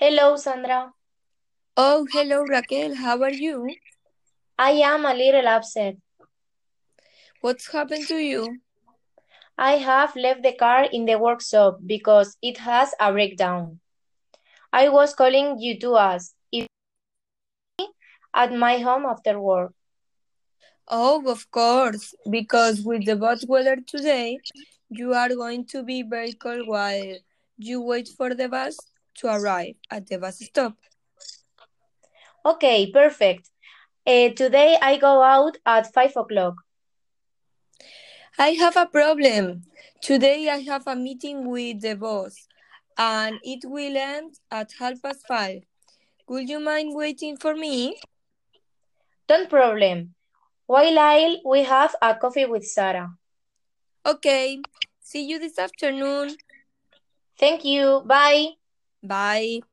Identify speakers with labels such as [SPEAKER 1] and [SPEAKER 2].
[SPEAKER 1] Hello, Sandra.
[SPEAKER 2] Oh, hello Raquel, how are you?
[SPEAKER 1] I am a little upset.
[SPEAKER 2] What's happened to you?
[SPEAKER 1] I have left the car in the workshop because it has a breakdown. I was calling you to ask if at my home after work.
[SPEAKER 2] Oh, of course, because with the bad weather today, you are going to be very cold while you wait for the bus to arrive at the bus stop.
[SPEAKER 1] Okay, perfect. Eh, today I go out at 5 o'clock.
[SPEAKER 2] I have a problem. Today I have a meeting with the boss and it will end at half past five. Would you mind waiting for me?
[SPEAKER 1] Don't problem. While we have a coffee with Sarah.
[SPEAKER 2] Okay, see you this afternoon.
[SPEAKER 1] Thank you. Bye.
[SPEAKER 2] Bye.